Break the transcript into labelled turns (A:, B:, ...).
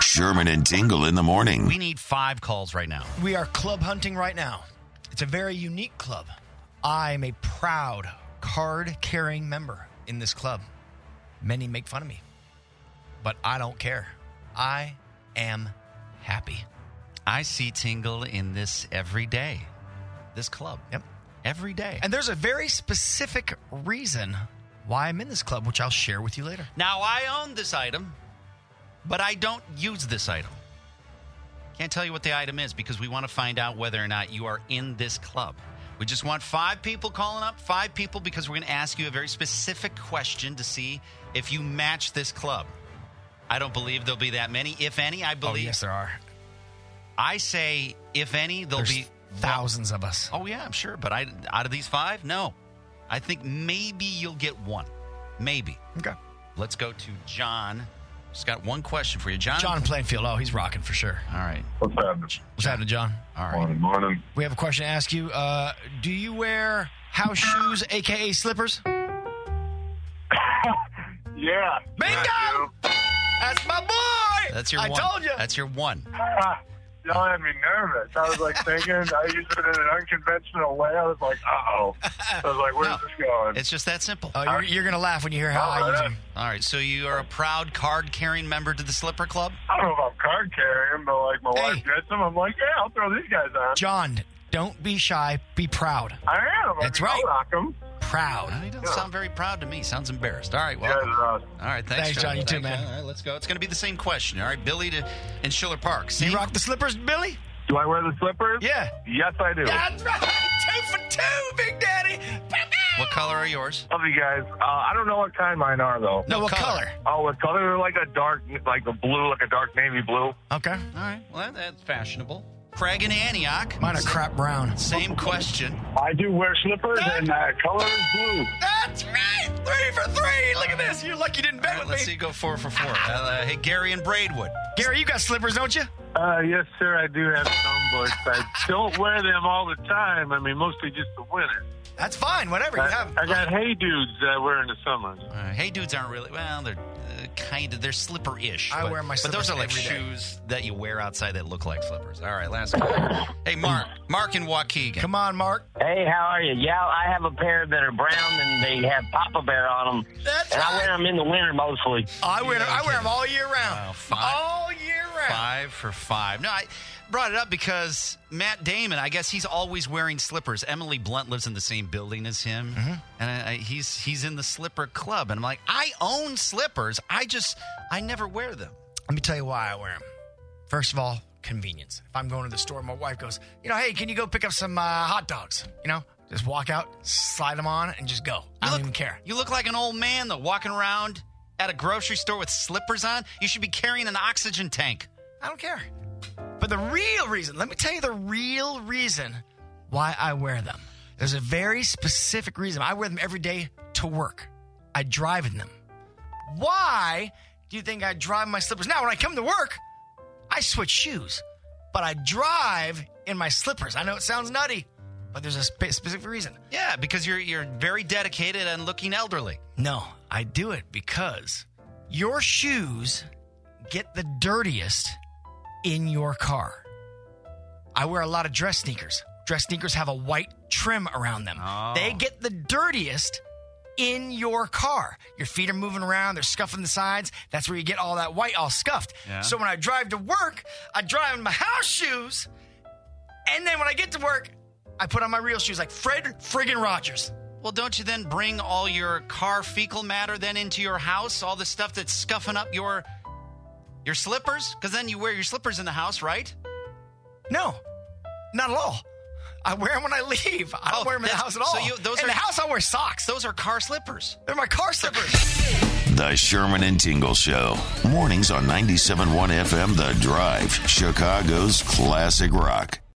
A: Sherman and Tingle in the morning.
B: We need five calls right now.
C: We are club hunting right now. It's a very unique club. I'm a proud card carrying member in this club. Many make fun of me, but I don't care. I am happy.
B: I see Tingle in this every day. This club.
C: Yep.
B: Every day.
C: And there's a very specific reason why I'm in this club, which I'll share with you later.
B: now I own this item, but I don't use this item. Can't tell you what the item is because we want to find out whether or not you are in this club. We just want five people calling up, five people, because we're going to ask you a very specific question to see if you match this club. I don't believe there'll be that many. If any, I
C: Oh,
B: believe.
C: yes, there are.
B: I say, if any, there'll
C: There's
B: be
C: thousands of us.
B: Oh yeah, I'm sure. But I out of these five, no. I think maybe you'll get one. Maybe.
C: Okay.
B: Let's go to John. Just got one question for you, John.
C: John Plainfield. Oh, he's rocking for sure.
B: All right.
D: What's happening?
C: What's happening, John?
B: All right.
D: Morning, morning.
C: We have a question to ask you. Uh, do you wear house shoes, aka slippers?
D: Yeah.
C: Bingo! That's my boy.
B: That's your
C: I
B: one.
C: told you.
B: That's your one.
D: Y'all had me nervous. I was like thinking, I used it in an unconventional way. I was like, uh oh. I was like, where's
B: No.
D: this going?
B: It's just that simple.
C: oh, you're, you're gonna laugh when you hear how I use them.
B: All right. So you are a proud card carrying member to the Slipper Club?
D: I don't know if I'm card carrying, but like my
C: Hey.
D: wife gets them. I'm like, yeah, I'll throw these guys on.
C: John, don't be shy. Be proud.
D: I am. I
C: That's
D: mean,
C: right.
D: I'll rock them.
B: Well,
C: Proud.
B: you don't sound very proud to me. Sounds embarrassed. All right.
D: You
B: Well.
D: guys are awesome.
B: All right. Thanks,
C: Thanks, John. You too,
B: Thanks,
C: man.
B: All right. Let's go. It's going to be the same question. All right. Billy to in Schiller Park. Same
C: You rock the slippers, Billy?
D: Do I wear the slippers?
C: Yeah.
D: Yes, I do.
C: That's right. Two for two, Big Daddy.
B: What color are yours?
D: Love you guys. Uh, I don't know what kind mine are, though.
C: No, what color?
B: color.
D: Oh, what color? They're like a dark, like a blue, like a dark navy blue.
C: Okay.
B: All right. Well, that- that's fashionable. Craig and Antioch.
C: Mine are crap brown.
B: Same question.
D: I do wear slippers, and uh, color is blue.
C: That's right. Three for three. Look at this. You're lucky you didn't
B: All
C: bet
B: right,
C: with
B: let's see.
C: me.
B: Go four for four. Uh, hey, Gary and Braidwood.
C: Gary, you got slippers, don't you?
D: Uh, yes, sir. I do have Stonebush. I don't wear them all the time. I mean, mostly just the winter.
C: That's fine. Whatever you
D: I,
C: have.
D: I got hey dudes that I wear in the summer.
B: Uh, hey, dudes aren't really. Well, they're uh, kind of. They're slipper-ish.
C: I
B: but,
C: wear my
B: But those
C: slippers
B: are like
C: every day.
B: shoes that you wear outside that look like slippers. All right, last. one. hey, Mark. Mark and Waukegan.
C: Come on, Mark.
E: Hey, how are you? Yeah, I have a pair that are brown and they have Papa Bear on them.
C: That's
E: And I wear
C: right.
E: them in the winter mostly.
C: I wear, I wear them all year round.
B: Oh, fine.
C: all year round.
B: Five for five. No, I brought it up because Matt Damon. I guess he's always wearing slippers. Emily Blunt lives in the same building as him,
C: Mm-hmm.
B: and I, I, he's he's in the slipper club. And I'm like, I own slippers. I just I never wear them.
C: Let me tell you why I wear them. First of all, convenience. If I'm going to the store, my wife goes, you know, hey, can you go pick up some uh, hot dogs? You know, just walk out, slide them on, and just go. I don't
B: You look-
C: even care.
B: You look like an old man though, walking around at a grocery store with slippers on. You should be carrying an oxygen tank.
C: I don't care. But the real reason, let me tell you the real reason why I wear them. There's a very specific reason. I wear them every day to work. I drive in them. Why do you think I drive my slippers? Now, when I come to work, I switch shoes, but I drive in my slippers. I know it sounds nutty, but there's a spe- specific reason.
B: Yeah, because you're you're very dedicated and looking elderly.
C: No, I do it because your shoes get the dirtiest in your car. I wear a lot of dress sneakers. Dress sneakers have a white trim around them.
B: Oh.
C: They get the dirtiest in your car. Your feet are moving around, they're scuffing the sides. That's where you get all that white all scuffed.
B: Yeah.
C: So when I drive to work, I drive in my house shoes. And then when I get to work, I put on my real shoes like Fred friggin' Rogers.
B: Well, don't you then bring all your car fecal matter then into your house? All the stuff that's scuffing up your your slippers? Because then you wear your slippers in the house, right?
C: No, not at all. I wear them when I leave. I don't
B: Oh,
C: wear them in the
B: that's-
C: house at all.
B: so you- those
C: in
B: are-
C: the house, I wear socks.
B: Those are car slippers.
C: They're my car slippers.
A: The Sherman and Tingle Show. Mornings on 97.1 FM The Drive, Chicago's classic rock.